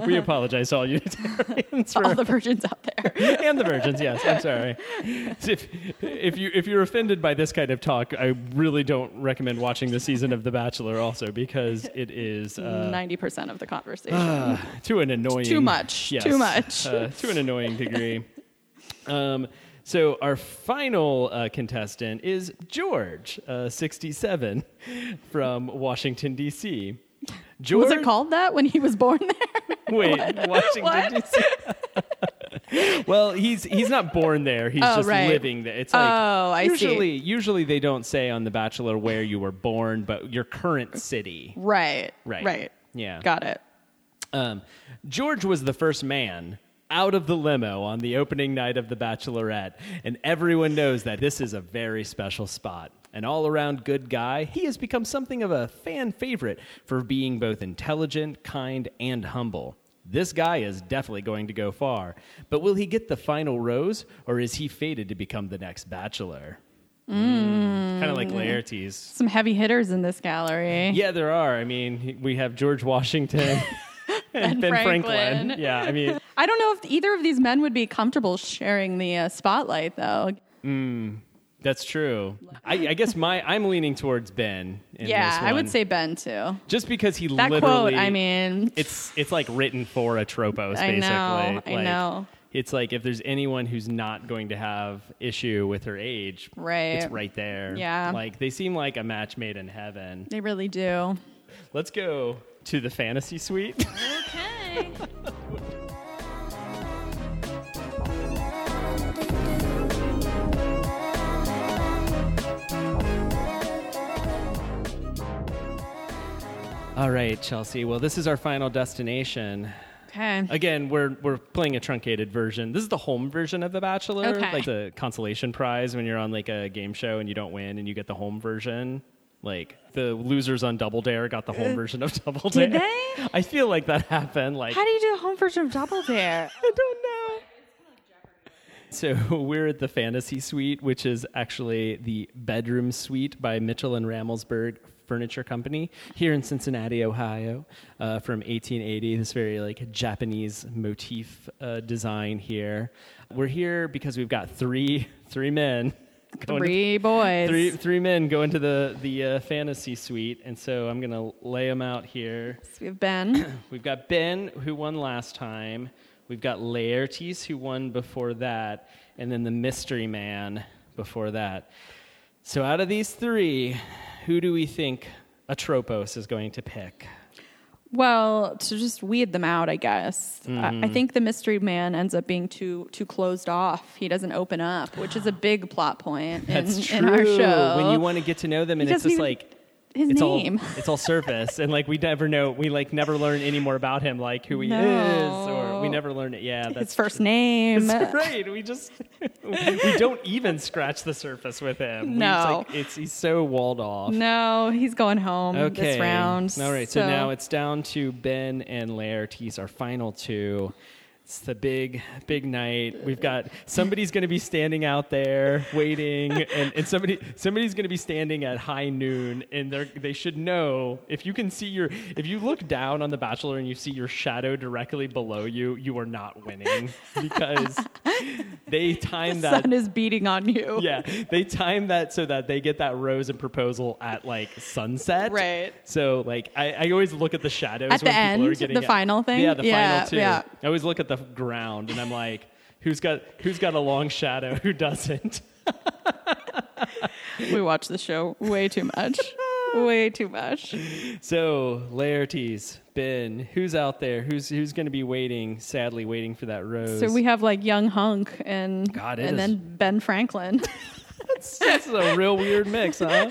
We apologize to all Unitarians for
all the virgins out there.
and the virgins. Yes, I'm sorry. If, if you if you're offended by this kind of talk, I really don't recommend watching the season of The Bachelor, also because it is uh,
Ninety percent of the conversation.
Uh, to an annoying
Too much. Too much.
uh, to an annoying degree um, so our final uh, contestant is george uh, 67 from washington d.c george
was it called that when he was born there?
wait washington d.c well he's he's not born there he's
Oh,
just
right.
living there it's like
Oh, I see.
usually usually they don't say on the bachelor where you were born but your current city
right.
Right.
Right.
Yeah.
Got it.
Um, George was the first man out of the limo on the opening night of The Bachelorette, and everyone knows that this is a very special spot. An all around good guy, he has become something of a fan favorite for being both intelligent, kind, and humble. This guy is definitely going to go far, but will he get the final rose, or is he fated to become the next bachelor? Kind of like Laertes.
Some heavy hitters in this gallery.
Yeah, there are. I mean, we have George Washington and
Ben
Ben Franklin.
Franklin.
Yeah, I mean,
I don't know if either of these men would be comfortable sharing the uh, spotlight, though.
that's true. I, I guess my I'm leaning towards Ben. In
yeah,
this
I
one.
would say Ben too.
just because he
That
literally.
quote. I mean,
it's it's like written for Atropos.
I
Basically,
know, I
Like,
know.
It's like if there's anyone who's not going to have issue with her age,
Right.
It's right there.
Yeah.
like they seem like a match made in heaven.
they really do.
Let's go to the fantasy suite.
Okay.
All right, Chelsea. Well, this is our final destination.
Okay.
Again, we're we're playing a truncated version. This is the home version of The Bachelor,
Okay.
like the consolation prize when you're on like a game show and you don't win and you get the home version. Like the losers on Double Dare got the home version of Double Dare.
Eh. did they?
I feel like that happened. Like
How do you do a home version of Double Dare?
I don't know. So we're at the fantasy suite, which is actually the bedroom suite by Mitchell and Ramelsberg furniture company here in Cincinnati, Ohio, uh, from 1880. This very like Japanese motif uh, design here. We're here because we've got three three men. going to-
Three boys.
Three, three men go into the the uh, fantasy suite, and so I'm gonna lay them out here.
We have Ben.
We've got Ben, who won last time. We've got Laertes, who won before that. And then the mystery man before that. So out of these three, who do we think Atropos is going to pick?
well, to just weed them out, I guess. I, I
Mm-hmm.
think the mystery man ends up being too too closed off. He doesn't open up, which is a big plot point in,
That's true.
in our show.
When you want to get to know them, and
He
it's
doesn't
just
even-
like
his
it's
name.
all it's all surface, and like we never know. We like never learn any more about him, like who he is, or we
No.
never learn it. Yeah, that's
his first name.
That's right. We just we don't even scratch the surface with him. We just,
No.
like, it's he's so walled off.
No, he's going home
Okay.
this round.
All right. So, now it's down to Ben and Laertes, our final two. It's the big, big night. We've got somebody's going to be standing out there waiting, and, and somebody somebody's going to be standing at high noon, and they they should know if you can see your if you look down on the Bachelor and you see your shadow directly below you, you are not winning because they time
the
that
sun is beating on you.
yeah, they time that so that they get that rose and proposal at like sunset.
Right.
So like I, I always look at the shadows
At the
when people are
end,
getting
the
it.
final thing?
Yeah, the
Yeah,
final two.
yeah.
I always look at the ground and I'm like, who's got who's got a long shadow? Who doesn't?
We watch the show way too much. way too much.
So Laertes, Ben, who's out there? Who's who's going to be waiting? Sadly, waiting for that rose.
So we have like young hunk and
God, it
and
is-
then Ben Franklin.
This is a real weird mix, huh?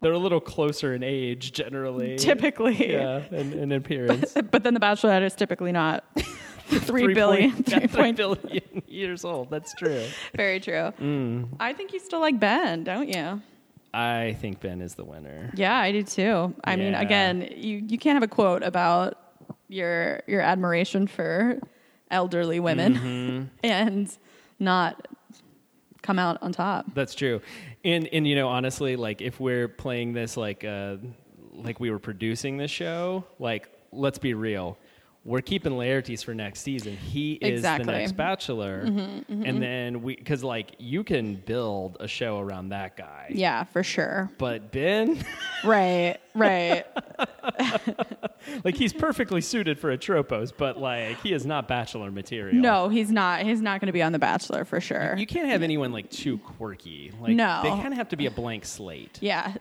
They're a little closer in age, generally.
typically.
Yeah, and, and appearance.
But then the Bachelorette is typically not three
Three
billion.
point-
three
yeah, three
point-
billion years old. That's true.
Very true.
Mm.
I think you still like Ben, don't you?
I think Ben is the winner.
Yeah, I do too. I mean,
Yeah.
again, you, you can't have a quote about your your admiration for elderly women
Mm-hmm.
and not come out on top.
That's true. And and you know, honestly, like if we're playing this like uh like we were producing this show, like let's be real. We're keeping Laertes for next season. He is the
Exactly. Mm-hmm,
next bachelor. And then we cuz like you can build a show around that guy.
Yeah, for sure.
But Ben,
Right, right.
like he's perfectly suited for Atropos, but like he is not bachelor material.
no, he's not. He's not going to be on The Bachelor for sure.
You can't have anyone like too quirky. Like
No.
they kind of have to be a blank slate.
yeah,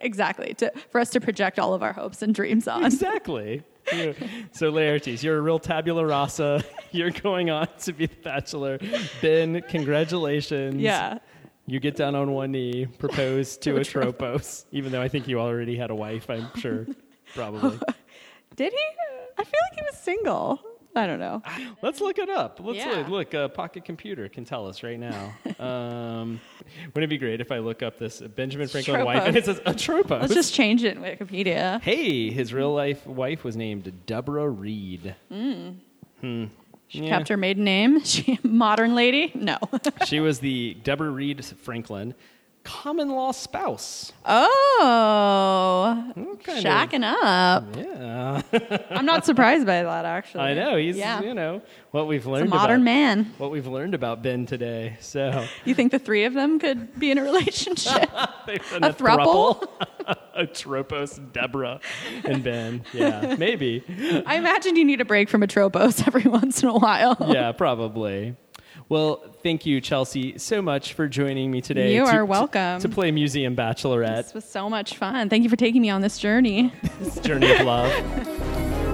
exactly. To, for us to project all of our hopes and dreams on.
Exactly. Yeah. so Laertes, you're a real tabula rasa. You're going on to be the bachelor. Ben, congratulations.
Yeah.
You get down on one knee, propose to Atropos, even though I think you already had a wife, I'm sure. Probably.
Did he? I feel like he was single. I don't know.
Let's look it up. Let's
Yeah.
look. Look, uh, Pocket Computer can tell us right now. Um, wouldn't it be great if I look up this Benjamin Franklin wife and it says Atropos?
Let's just change it in Wikipedia.
Hey, his real life wife was named Deborah Reed.
She
Yeah.
kept her maiden name. She modern lady? No.
she was the Deborah Reed Franklin common law spouse.
Oh,
kinda-
shacking up.
Yeah,
I'm not surprised by that. Actually,
I know he's
Yeah.
you know what we've
It's
learned
a modern
about,
man.
What we've learned about Ben today. So
You think the three of them could be in a relationship?
they've done
A throuple?
throuple. Atropos, Deborah, and Ben. Yeah, maybe.
I imagine you need a break from Atropos every once in a while.
Yeah, probably. Well, thank you, Chelsea, so much for joining me today.
You
to-
are
to-
welcome.
To, play Museum Bachelorette,
This was so much fun. Thank you for taking me on this journey.
This Journey of Love.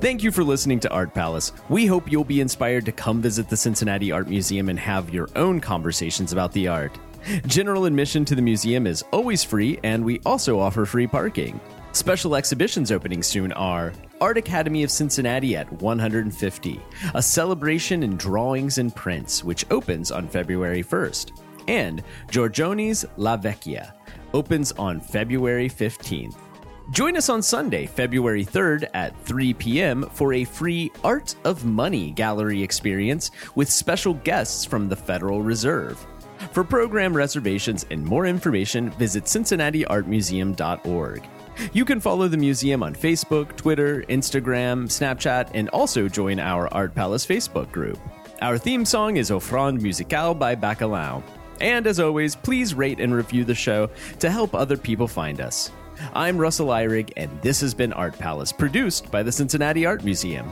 Thank you for listening to Art Palace. We hope you'll be inspired to come visit the Cincinnati Art Museum and have your own conversations about the art. General admission to the museum is always free, and we also offer free parking. Special exhibitions opening soon are Art Academy of Cincinnati at 150, a celebration in drawings and prints, which opens on February 1st, and Giorgione's La Vecchia opens on February 15th.
Join us on Sunday, February 3rd at 3 p.m. for a free Art of Money gallery experience with special guests from the Federal Reserve. For program reservations and more information, visit cincinnatiartmuseum.org. You can follow the museum on Facebook, Twitter, Instagram, Snapchat, and also join our Art Palace Facebook group. Our theme song is Offrande Musicale by Bacalao. And as always, please rate and review the show to help other people find us. I'm Russell Eyrig, and this has been Art Palace, produced by the Cincinnati Art Museum.